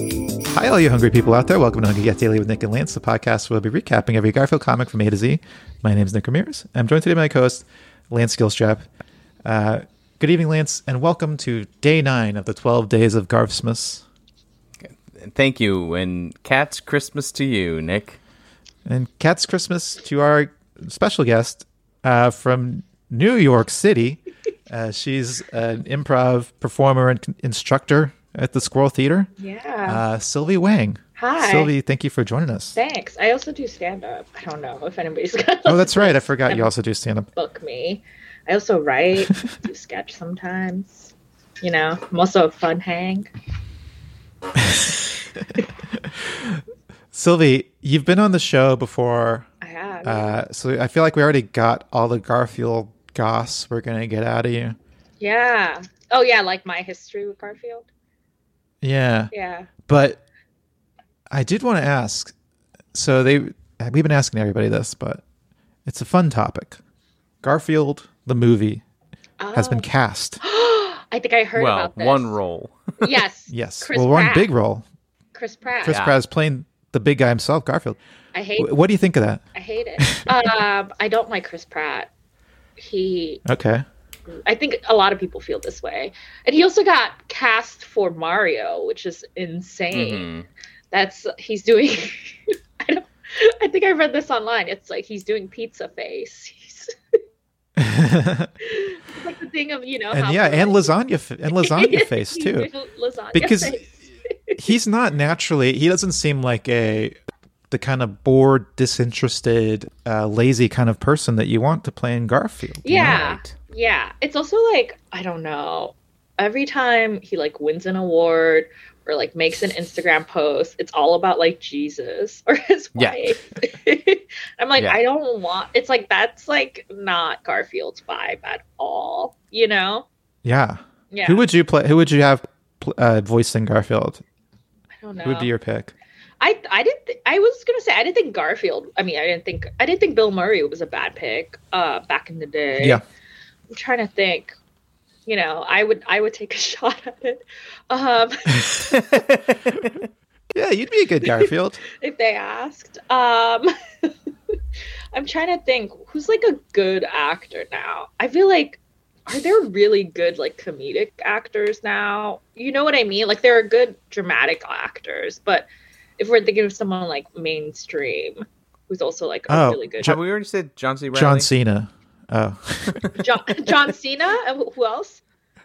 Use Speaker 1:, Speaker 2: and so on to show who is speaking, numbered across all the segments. Speaker 1: Hey, all you hungry people out there, welcome to Hungry Get Daily with Nick and Lance, the podcast where we'll be recapping every Garfield comic from A to Z. My name is Nick Ramirez. I'm joined today by my co host, Lance Gilstrap. Uh, good evening, Lance, and welcome to day nine of the 12 days of Garfsmas.
Speaker 2: Thank you, and cat's Christmas to you, Nick.
Speaker 1: And Cat's Christmas to our special guest uh, from New York City. Uh, she's an improv performer and con- instructor at the Squirrel Theater,
Speaker 3: Yeah.
Speaker 1: uh, Sylvie Wang.
Speaker 3: Hi.
Speaker 1: Sylvie, thank you for joining us.
Speaker 3: Thanks. I also do stand up. I don't know if anybody's gonna
Speaker 1: Oh, that's right. I forgot you also do stand up.
Speaker 3: book me. I also write, do sketch sometimes. You know, I'm also a fun hang.
Speaker 1: Sylvie, you've been on the show before,
Speaker 3: I have.
Speaker 1: uh, so I feel like we already got all the Garfield goss we're gonna get out of you.
Speaker 3: yeah. Oh yeah, like my history with Garfield.
Speaker 1: Yeah,
Speaker 3: Yeah.
Speaker 1: but I did want to ask. So they, we've been asking everybody this, but it's a fun topic. Garfield the movie
Speaker 3: Oh.
Speaker 1: has been cast.
Speaker 3: I think I heard
Speaker 2: well,
Speaker 3: about this.
Speaker 2: one role.
Speaker 3: Yes.
Speaker 1: Yes,
Speaker 3: Chris
Speaker 1: well, one
Speaker 3: Pratt.
Speaker 1: big role.
Speaker 3: Chris Pratt.
Speaker 1: Chris
Speaker 2: Yeah.
Speaker 1: Pratt is playing the big guy himself, Garfield.
Speaker 3: I hate.
Speaker 1: W- What do you think of that?
Speaker 3: I hate it. um, I don't like Chris Pratt. He
Speaker 1: Okay.
Speaker 3: I think a lot of people feel this way. And he also got cast for Mario, which is insane.
Speaker 1: Mm-hmm.
Speaker 2: Mhm.
Speaker 3: That's he's doing I don't I think I read this online. It's like he's doing pizza face. He's Oh, it's like the thing of, you know,
Speaker 1: and yeah, and lasagna f- and lasagna face
Speaker 3: He's
Speaker 1: too.
Speaker 3: doing Lasagna
Speaker 1: Because-
Speaker 3: face.
Speaker 1: he's not naturally he doesn't seem like a the kind of bored disinterested uh, lazy kind of person that you want to play in garfield you know?
Speaker 3: Yeah.
Speaker 2: Right.
Speaker 3: Yeah. It's also like, I don't know. Every time he like wins an award or like makes an Instagram post, it's all about like Jesus or his
Speaker 2: Yeah.
Speaker 3: wife. I'm like,
Speaker 2: Yeah.
Speaker 3: I don't want it's like that's like not Garfield's vibe at all, you know?
Speaker 1: yeah
Speaker 3: Yeah.
Speaker 1: who would you play who would you have pl- uh, voicing garfield
Speaker 3: I don't know.
Speaker 1: who would be your pick
Speaker 3: I I didn't th- I was gonna say I didn't think Garfield I mean I didn't think I didn't think Bill Murray was a bad pick uh back in the day.
Speaker 1: yeah
Speaker 3: I'm trying to think. You know, I would I would take a shot at it. Um
Speaker 1: yeah you'd be a good garfield
Speaker 3: if they asked. Um I'm trying to think who's like a good actor now. I feel like are there really good like comedic actors now? You know what I mean? Like there are good dramatic actors, but if we're thinking of someone like mainstream who's also like a
Speaker 1: Oh,
Speaker 3: really good
Speaker 2: Have
Speaker 3: John,
Speaker 2: we already said John C. Riley?
Speaker 1: john cena oh
Speaker 3: John, Cena and who else?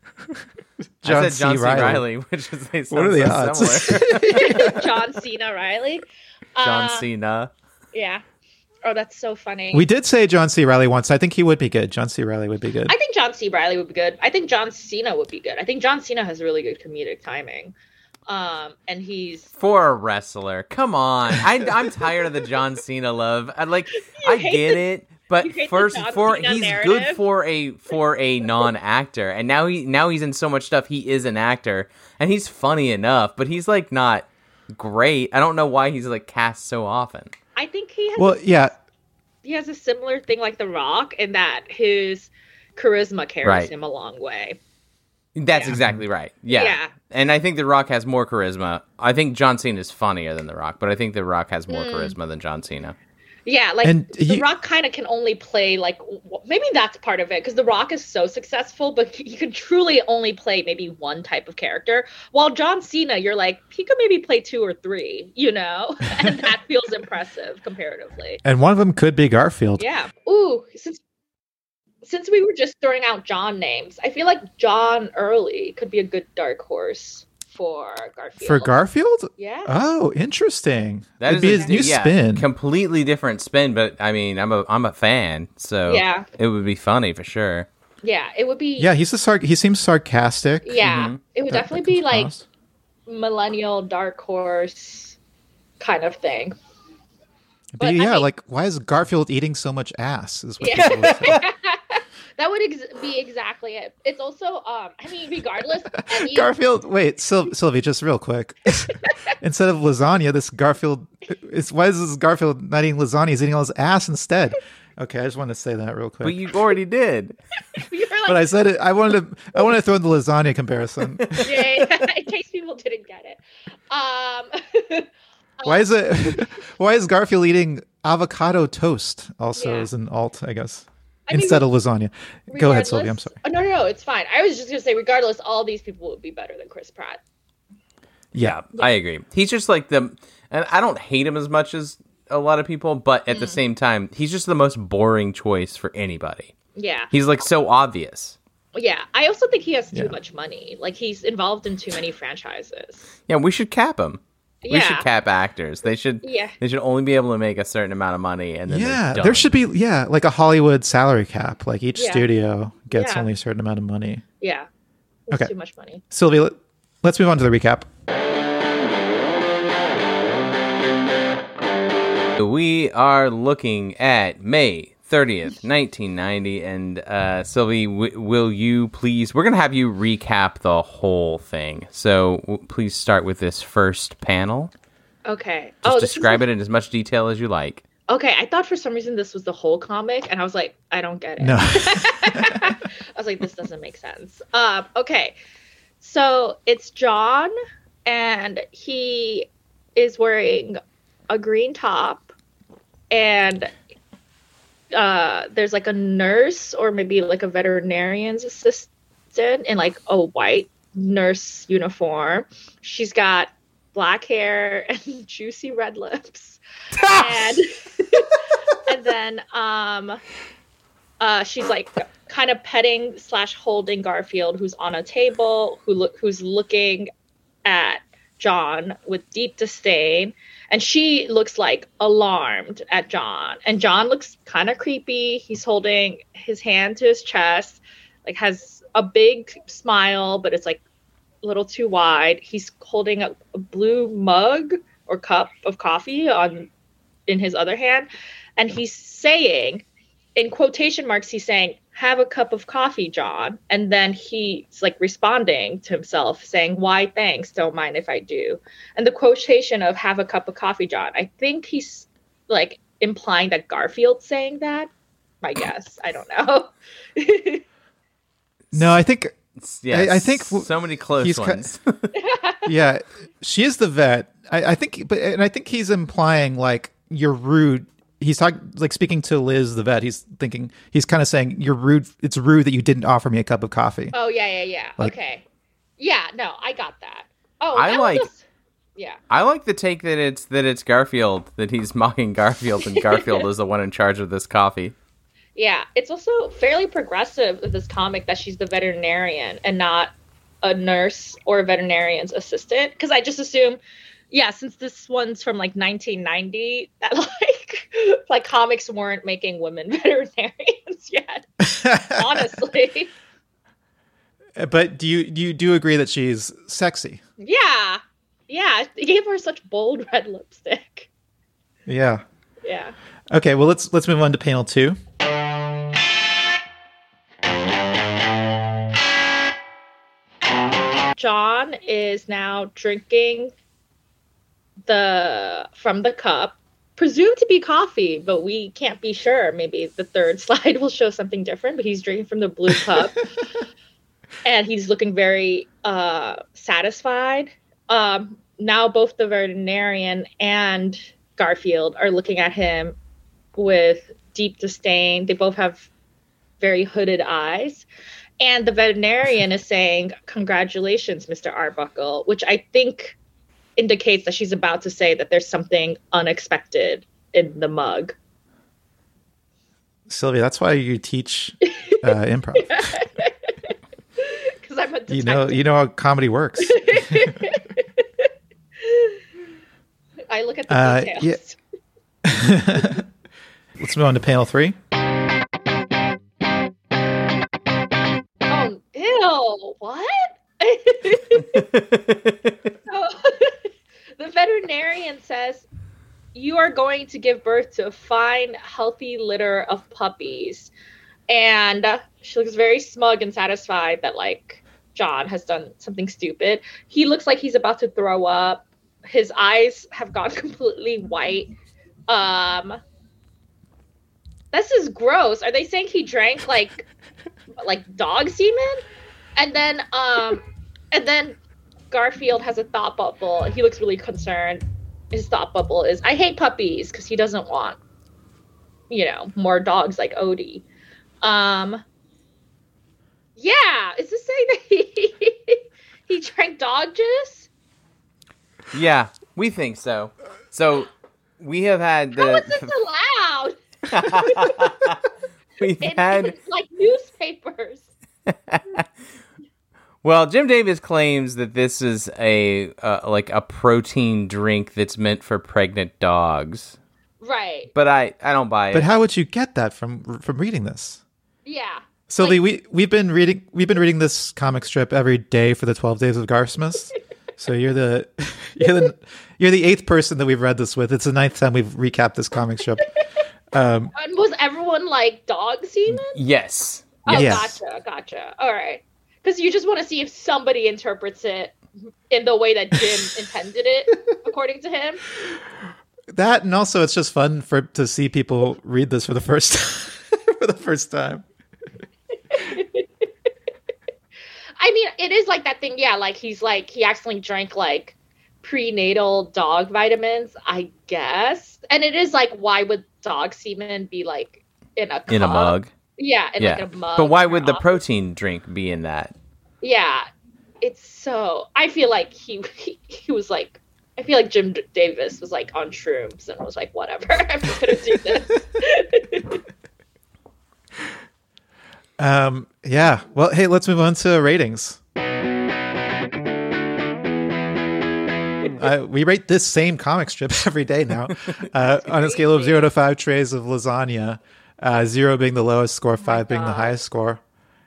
Speaker 2: I said John C. Riley, which is they sound
Speaker 1: What are the
Speaker 2: so
Speaker 1: odds?
Speaker 2: similar.
Speaker 3: John Cena Riley.
Speaker 2: John
Speaker 3: Uh,
Speaker 2: Cena.
Speaker 3: Yeah. Oh, that's so funny.
Speaker 1: we did say john c riley once i think he would be good john c riley would be good
Speaker 3: I think John C. Riley would be good. I think John Cena would be good. I think John Cena has really good comedic timing. Um, and he's
Speaker 2: For a wrestler, come on! I, I'm tired of the John Cena love. I like, I
Speaker 3: hate
Speaker 2: get it, but
Speaker 3: you hate the
Speaker 2: first,
Speaker 3: John
Speaker 2: for
Speaker 3: Cena
Speaker 2: he's
Speaker 3: narrative.
Speaker 2: good for a for a non-actor, and now he now he's in so much stuff. He is an actor, and he's funny enough, but he's like not great. I don't know why he's like cast so often.
Speaker 3: I think he has
Speaker 1: well yeah
Speaker 3: he has a similar thing like The Rock in that his charisma carries
Speaker 2: Right.
Speaker 3: him a long way.
Speaker 2: That's exactly right. Yeah.
Speaker 3: Yeah.
Speaker 2: And I think The Rock has more charisma. I think John Cena is funnier than The Rock, but I think The Rock has more
Speaker 3: Mm.
Speaker 2: charisma than John Cena.
Speaker 3: Yeah, like
Speaker 1: And
Speaker 3: The
Speaker 1: you-
Speaker 3: Rock kind of can only play like w- maybe that's part of it because The Rock is so successful, but he he can truly only play maybe one type of character. While John Cena, you're like he could maybe play two or three, you know, and that feels impressive comparatively.
Speaker 1: and one of them could be garfield
Speaker 3: Yeah. Ooh, since since we were just throwing out John names, I feel like John Early could be a good dark horse for Garfield.
Speaker 1: for garfield
Speaker 3: yeah.
Speaker 1: oh interesting
Speaker 2: That
Speaker 1: It'd
Speaker 2: is
Speaker 1: be
Speaker 2: a-
Speaker 1: his new
Speaker 2: yeah,
Speaker 1: spin
Speaker 2: Completely different spin, but I mean, I'm a I'm a fan, so
Speaker 3: Yeah.
Speaker 2: it would be funny for sure.
Speaker 3: Yeah, it would be
Speaker 1: Yeah, he's a sar- he seems sarcastic.
Speaker 3: yeah,
Speaker 2: Mhm.
Speaker 3: it would
Speaker 1: That-
Speaker 3: definitely
Speaker 1: that comes
Speaker 3: be like
Speaker 1: across.
Speaker 3: millennial dark horse kind of thing.
Speaker 1: But
Speaker 3: but I
Speaker 1: yeah,
Speaker 3: mean-
Speaker 1: like why is Garfield eating so much ass? Is what
Speaker 3: Yeah.
Speaker 1: people would say.
Speaker 3: That would ex- be exactly it. It's also um I mean regardless any
Speaker 1: Garfield. Wait, Syl- Sylvie, just real quick. Instead of lasagna, this Garfield is why is this Garfield not eating lasagna? He's eating all his ass instead. Okay, I just wanted to say that real quick.
Speaker 2: But you already did.
Speaker 3: you're
Speaker 1: But I
Speaker 3: like
Speaker 1: said it. I wanted to. I wanted to throw in the lasagna comparison.
Speaker 3: yeah, yeah, case people didn't get it. Um,
Speaker 1: Why is it? Why is Garfield eating avocado toast? Also,
Speaker 3: Yeah.
Speaker 1: is an alt, I guess,
Speaker 3: I mean,
Speaker 1: instead of lasagna. Go ahead, Sylvia. I'm
Speaker 3: regardless-
Speaker 1: sorry.
Speaker 3: Oh, no, no, no, it's fine. I was just gonna say, regardless, all these people would be better than Chris Pratt.
Speaker 1: Yeah,
Speaker 2: I agree. He's just like the, and I don't hate him as much as a lot of people, but
Speaker 3: Mm.
Speaker 2: at the same time, he's just the most boring choice for anybody.
Speaker 3: Yeah,
Speaker 2: He's like so obvious.
Speaker 3: yeah. I also think he has too
Speaker 1: Yeah.
Speaker 3: much money. Like he's involved in too many franchises.
Speaker 2: Yeah, we should cap him. We
Speaker 3: Yeah.
Speaker 2: should cap actors. They should.
Speaker 3: Yeah.
Speaker 2: They should only be able to make a certain amount of money, and then they're
Speaker 1: yeah.
Speaker 2: done.
Speaker 1: There should be yeah, like a Hollywood salary cap. Like each
Speaker 3: Yeah.
Speaker 1: studio gets
Speaker 3: Yeah.
Speaker 1: only a certain amount of money.
Speaker 3: Yeah, It's
Speaker 1: Okay.
Speaker 3: too much money.
Speaker 1: Sylvia, let- let's move on to the recap.
Speaker 2: We are looking at May 30th, 1990. And uh, Sylvie, w- will you please? We're going to have you recap the whole thing. So w- please start with this first panel.
Speaker 3: Okay.
Speaker 2: Just
Speaker 3: Oh, this is
Speaker 2: describe
Speaker 3: the-
Speaker 2: it in as much detail as you like.
Speaker 3: Okay, I thought for some reason this was the whole comic, and I was like, I don't get it.
Speaker 1: No,
Speaker 3: I was like, this doesn't make sense. Um, okay. So it's John, and he is wearing a green top, and uh, there's like a nurse or maybe like a veterinarian's assistant in like a white nurse uniform. She's got black hair and juicy red lips. and, and then um, uh, she's like kind of petting slash holding Garfield, who's on a table, who look who's looking at John with deep disdain, and she looks like alarmed at John, and John looks kind of creepy. He's holding his hand to his chest, like has a big smile, but it's like a little too wide. He's holding a, a blue mug or cup of coffee on in his other hand, and he's saying in quotation marks he's saying have a cup of coffee john and then he's like responding to himself saying why thanks don't mind if i do and the quotation of have a cup of coffee john i think he's like implying that garfield's saying that my guess i don't know
Speaker 1: no, I think
Speaker 2: It's- Yeah,
Speaker 1: I- I think w-
Speaker 2: so many close
Speaker 1: he's ki-
Speaker 2: ones.
Speaker 1: yeah, she is the vet. I, I think, but and I think he's implying like you're rude. He's talking like speaking to Liz, the vet. He's thinking he's kind of saying you're rude. It's rude that you didn't offer me a cup of coffee.
Speaker 3: oh yeah yeah yeah
Speaker 1: Like-
Speaker 3: okay yeah no i got that oh
Speaker 2: I
Speaker 3: that was
Speaker 2: like-
Speaker 3: just- yeah
Speaker 2: I like the take that it's that it's Garfield that he's mocking Garfield, and Garfield is the one in charge of this coffee.
Speaker 3: Yeah, it's also fairly progressive of this comic that she's the veterinarian and not a nurse or a veterinarian's assistant. Because I just assume, yeah, since this one's from like 1990, that like like comics weren't making women veterinarians yet. Honestly,
Speaker 1: But do you do you do agree that she's sexy?
Speaker 3: yeah, yeah, they gave her such bold red lipstick.
Speaker 1: Yeah.
Speaker 3: Yeah.
Speaker 1: Okay. Well, let's let's move on to panel two.
Speaker 3: John is now drinking the from the cup, presumed to be coffee, but we can't be sure. Maybe the third slide will show something different, but he's drinking from the blue cup. and he's looking very uh satisfied. Um now both the veterinarian and Garfield are looking at him with deep disdain. They both have very hooded eyes. And the veterinarian is saying, Congratulations, Mr. Arbuckle, which I think indicates that she's about to say that there's something unexpected in the mug.
Speaker 1: Sylvia, that's why you teach uh, improv.
Speaker 3: Because I'm a detective.
Speaker 1: You know, you know how comedy works.
Speaker 3: I look at the
Speaker 1: Uh,
Speaker 3: details.
Speaker 1: Let's move on to panel three.
Speaker 3: Oh, ew, what? So, the veterinarian says you are going to give birth to a fine healthy litter of puppies and uh, she looks very smug and satisfied that like john has done something stupid he looks like he's about to throw up his eyes have gone completely white um this is gross are they saying he drank like like dog semen and then um and then Garfield has a thought bubble. He looks really concerned. His thought bubble is, I hate puppies because he doesn't want, you know, more dogs like Odie. Um, yeah, is this saying that he, he drank dog juice?
Speaker 2: Yeah, we think so. So we have had
Speaker 3: How is
Speaker 2: the.
Speaker 3: this allowed?
Speaker 2: we've
Speaker 3: It-
Speaker 2: had
Speaker 3: it's like newspapers.
Speaker 2: well, Jim Davis claims that this is a uh, like a protein drink that's meant for pregnant dogs,
Speaker 3: Right.
Speaker 2: but I I don't buy it.
Speaker 1: But how would you get that from from reading this?
Speaker 3: Yeah.
Speaker 1: Sylvie, we we've been reading we've been reading this comic strip every day for the twelve days of Garfsmas. so you're the you're the you're the eighth person that we've read this with. It's the ninth time we've recapped this comic strip.
Speaker 3: And was everyone like dog semen?
Speaker 2: yes.
Speaker 3: Oh,
Speaker 1: Yes.
Speaker 3: gotcha, gotcha. All right. Because you just want to see if somebody interprets it in the way that Jim intended it, according to him.
Speaker 1: That and also it's just fun for to see people read this for the first time for the first time.
Speaker 3: I mean, it is like that thing. Yeah, like he's like he accidentally drank like prenatal dog vitamins, I guess. And it is like, why would dog semen be like in a
Speaker 2: In a
Speaker 3: cup?
Speaker 2: mug.
Speaker 3: Yeah, in
Speaker 2: yeah.
Speaker 3: like a mug.
Speaker 2: but why
Speaker 3: or
Speaker 2: would the
Speaker 3: off-
Speaker 2: protein drink be in that?
Speaker 3: Yeah, it's so. I feel like he he, he was like. I feel like Jim D- Davis was like on shrooms and was like, whatever, I'm just gonna do this.
Speaker 1: Um, yeah. Well, hey, let's move on to ratings. Uh, we rate this same comic strip every day now uh, on a scale of zero to five trays of lasagna, uh, zero being the lowest score, five being the
Speaker 3: God.
Speaker 1: highest score.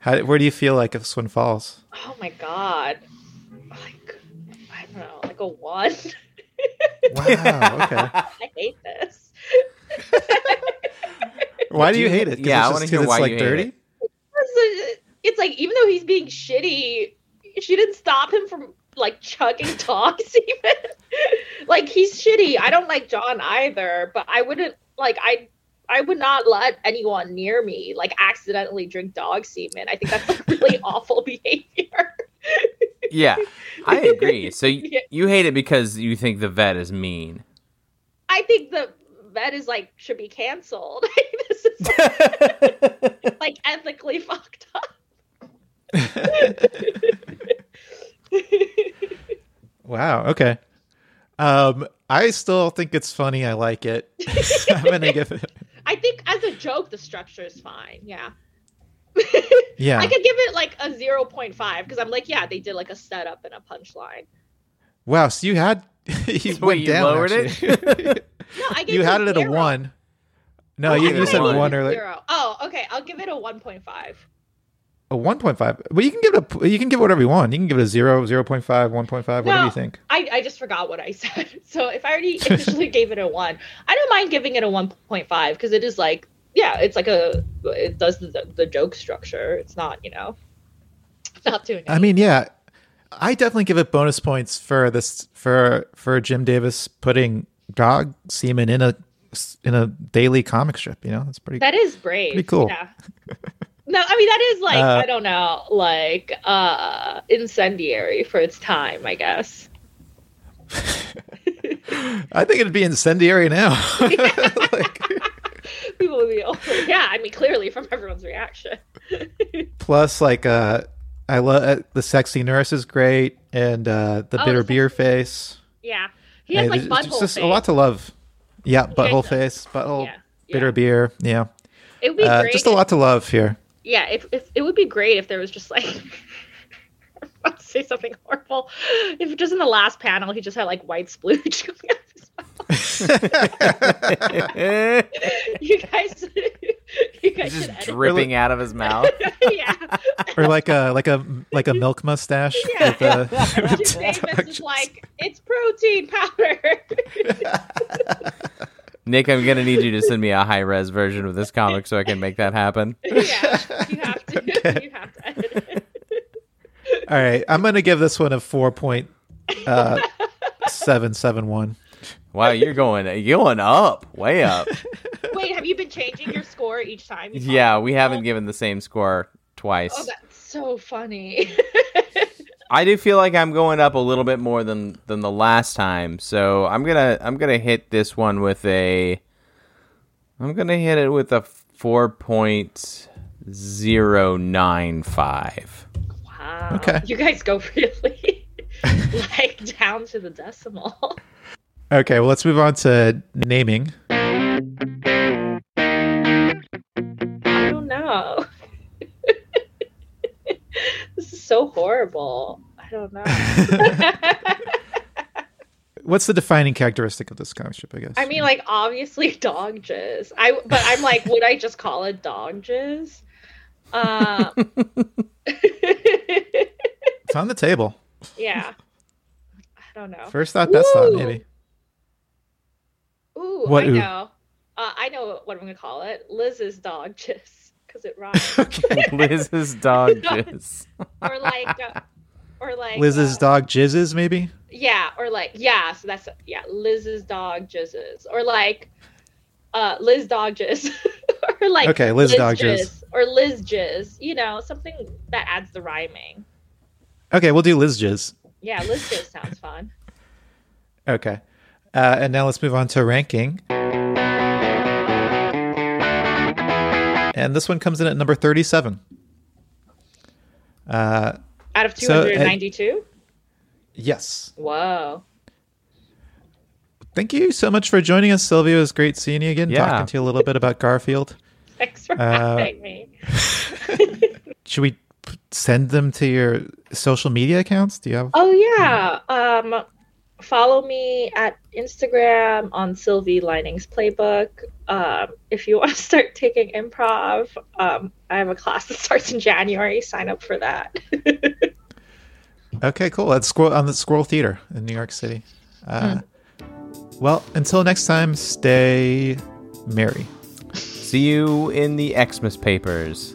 Speaker 1: How, where do you feel like if this one falls?
Speaker 3: oh my god, like I don't know, like a one.
Speaker 1: Wow. Okay.
Speaker 3: I hate this.
Speaker 1: Why do you hate it? 'Cause
Speaker 2: Yeah, I
Speaker 1: it's
Speaker 2: wanna
Speaker 1: just-
Speaker 2: hear
Speaker 1: 'cause it's
Speaker 2: why
Speaker 1: like
Speaker 2: you hate
Speaker 1: dirty.
Speaker 2: it.
Speaker 3: It's, it's like even though he's being shitty, she didn't stop him from like chugging dogs even. like he's shitty. I don't like John either, but I wouldn't like I I would not let anyone near me like accidentally drink dog semen. I think that's like really awful behavior.
Speaker 2: Yeah, I agree. So y-
Speaker 3: Yeah.
Speaker 2: you hate it because you think the vet is mean.
Speaker 3: I think the vet is like should be canceled. this is like ethically fucked up.
Speaker 1: Wow. Okay. Um, I still think it's funny. I like it. I'm gonna give it.
Speaker 3: I think as a joke the structure is fine. Yeah.
Speaker 1: Yeah.
Speaker 3: I could give it like a 0.5 because I'm like, yeah, they did like a setup and a punchline.
Speaker 1: Wow, so you had you
Speaker 2: Wait,
Speaker 1: went
Speaker 2: you
Speaker 1: down.
Speaker 2: lowered
Speaker 1: actually.
Speaker 3: No, I gave
Speaker 1: you had it at a
Speaker 3: zero.
Speaker 1: one. No,
Speaker 3: I
Speaker 1: you,
Speaker 3: gave
Speaker 1: you
Speaker 3: it
Speaker 1: said
Speaker 2: a
Speaker 1: one,
Speaker 2: one.
Speaker 1: earlier.
Speaker 3: Zero. Oh, okay. I'll give it a 1.5.
Speaker 1: A one point five. But you can give it a you can give it whatever you want. You can give it a zero, 0.5, 1.5, whatever
Speaker 3: No.
Speaker 1: you think.
Speaker 3: I, I just forgot what I said. So if I already initially gave it a 1, I don't mind giving it a 1.5 because it is like, yeah, it's like a, it does the, the joke structure. It's not, you know, not doing
Speaker 1: I mean, yeah. I definitely give it bonus points for this for for Jim Davis putting dog semen in a in a daily comic strip, you know? That's pretty
Speaker 3: That is brave.
Speaker 1: Pretty cool.
Speaker 3: Yeah. No, I mean that is like
Speaker 1: Uh,
Speaker 3: I don't know, like uh incendiary for its time, I guess.
Speaker 1: I think it'd be incendiary now. like,
Speaker 3: People would be over. Yeah, I mean clearly from everyone's reaction.
Speaker 1: plus like uh I love uh, the sexy nurse is great and uh the
Speaker 3: Oh,
Speaker 1: bitter
Speaker 3: the
Speaker 1: beer face.
Speaker 3: Yeah. He has
Speaker 1: Yeah,
Speaker 3: like
Speaker 1: there's-
Speaker 3: butthole
Speaker 1: it's just
Speaker 3: face.
Speaker 1: a lot to love. Yeah, butthole
Speaker 3: does.
Speaker 1: face, butthole,
Speaker 3: Yeah, yeah.
Speaker 1: bitter beer. Yeah,
Speaker 3: It would be
Speaker 1: Uh,
Speaker 3: great.
Speaker 1: just a lot to love here.
Speaker 3: Yeah, if, if it would be great if there was just like I was about to say something horrible. If just in the last panel he just had like white splooge coming out of his mouth.
Speaker 2: Eh,
Speaker 3: You guys you guys
Speaker 2: It's
Speaker 3: should
Speaker 2: just
Speaker 3: edit.
Speaker 2: dripping out of his mouth.
Speaker 3: yeah.
Speaker 1: Or like a like a like a milk mustache.
Speaker 3: Yeah.
Speaker 1: with a-
Speaker 3: Jim Davis is like, it's protein powder.
Speaker 2: Nick, I'm gonna need you to send me a high res version of this comic so I can make that happen.
Speaker 3: yeah, you have to. You have to edit it.
Speaker 1: All right, I'm gonna give this one a four point uh, seven seven one.
Speaker 2: Wow, you're going you're going up, way up.
Speaker 3: Wait, have you been changing your score each time? you talk?
Speaker 2: Yeah, we haven't given the same score twice.
Speaker 3: Oh, that's so funny.
Speaker 2: I do feel like I'm going up a little bit more than than the last time, so I'm gonna I'm gonna hit this one with a I'm gonna hit it with a four point zero nine five.
Speaker 3: Wow.
Speaker 1: Okay.
Speaker 3: You guys go really like down to the decimal.
Speaker 1: Okay, well, let's move on to naming.
Speaker 3: I don't know. this is so horrible. I don't know.
Speaker 1: What's the defining characteristic of this comic strip? I guess.
Speaker 3: I mean, like obviously dog jizz. I but I'm like, would I just call it dog jizz? Um,
Speaker 1: it's on the table.
Speaker 3: yeah. I don't know.
Speaker 1: First thought, best thought,
Speaker 3: Oh. Woo!
Speaker 1: maybe.
Speaker 3: Ooh,
Speaker 1: What
Speaker 3: I
Speaker 1: ooh?
Speaker 3: know. Uh, I know what I'm gonna call it. Liz's dog jizz because it rhymes.
Speaker 1: Okay.
Speaker 2: Liz's dog jizz.
Speaker 3: or like, uh, or like
Speaker 1: Liz's
Speaker 3: uh,
Speaker 1: dog jizzes, maybe.
Speaker 3: Yeah, or like yeah. So that's yeah. Liz's dog jizzes, or like, uh, Liz dog jizz, or like
Speaker 1: Okay, Liz dog jizz.
Speaker 3: or Liz jizz. You know, something that adds the rhyming.
Speaker 1: Okay, we'll do Liz jizz.
Speaker 3: Yeah, Liz jizz sounds fun.
Speaker 1: Okay, uh, and now let's move on to ranking. And this one comes in at number thirty-seven. Uh,
Speaker 3: Out of two
Speaker 1: So, uh,
Speaker 3: hundred ninety-two.
Speaker 1: yes.
Speaker 3: Whoa.
Speaker 1: Thank you so much for joining us, Sylvia. It was great seeing you again.
Speaker 2: Yeah.
Speaker 1: Talking to you a little bit about Garfield.
Speaker 3: Thanks for
Speaker 1: Uh,
Speaker 3: having me.
Speaker 1: Should we p- send them to your social media accounts? Do you have?
Speaker 3: Oh yeah. Um follow me at Instagram on Sylvie Linings Playbook. Um if you want to start taking improv, um I have a class that starts in January. Sign up for that.
Speaker 1: Okay, cool. At Squirrel on the Squirrel Theater in New York City. Uh, Well, until next time, stay merry.
Speaker 2: See you in the Xmas papers.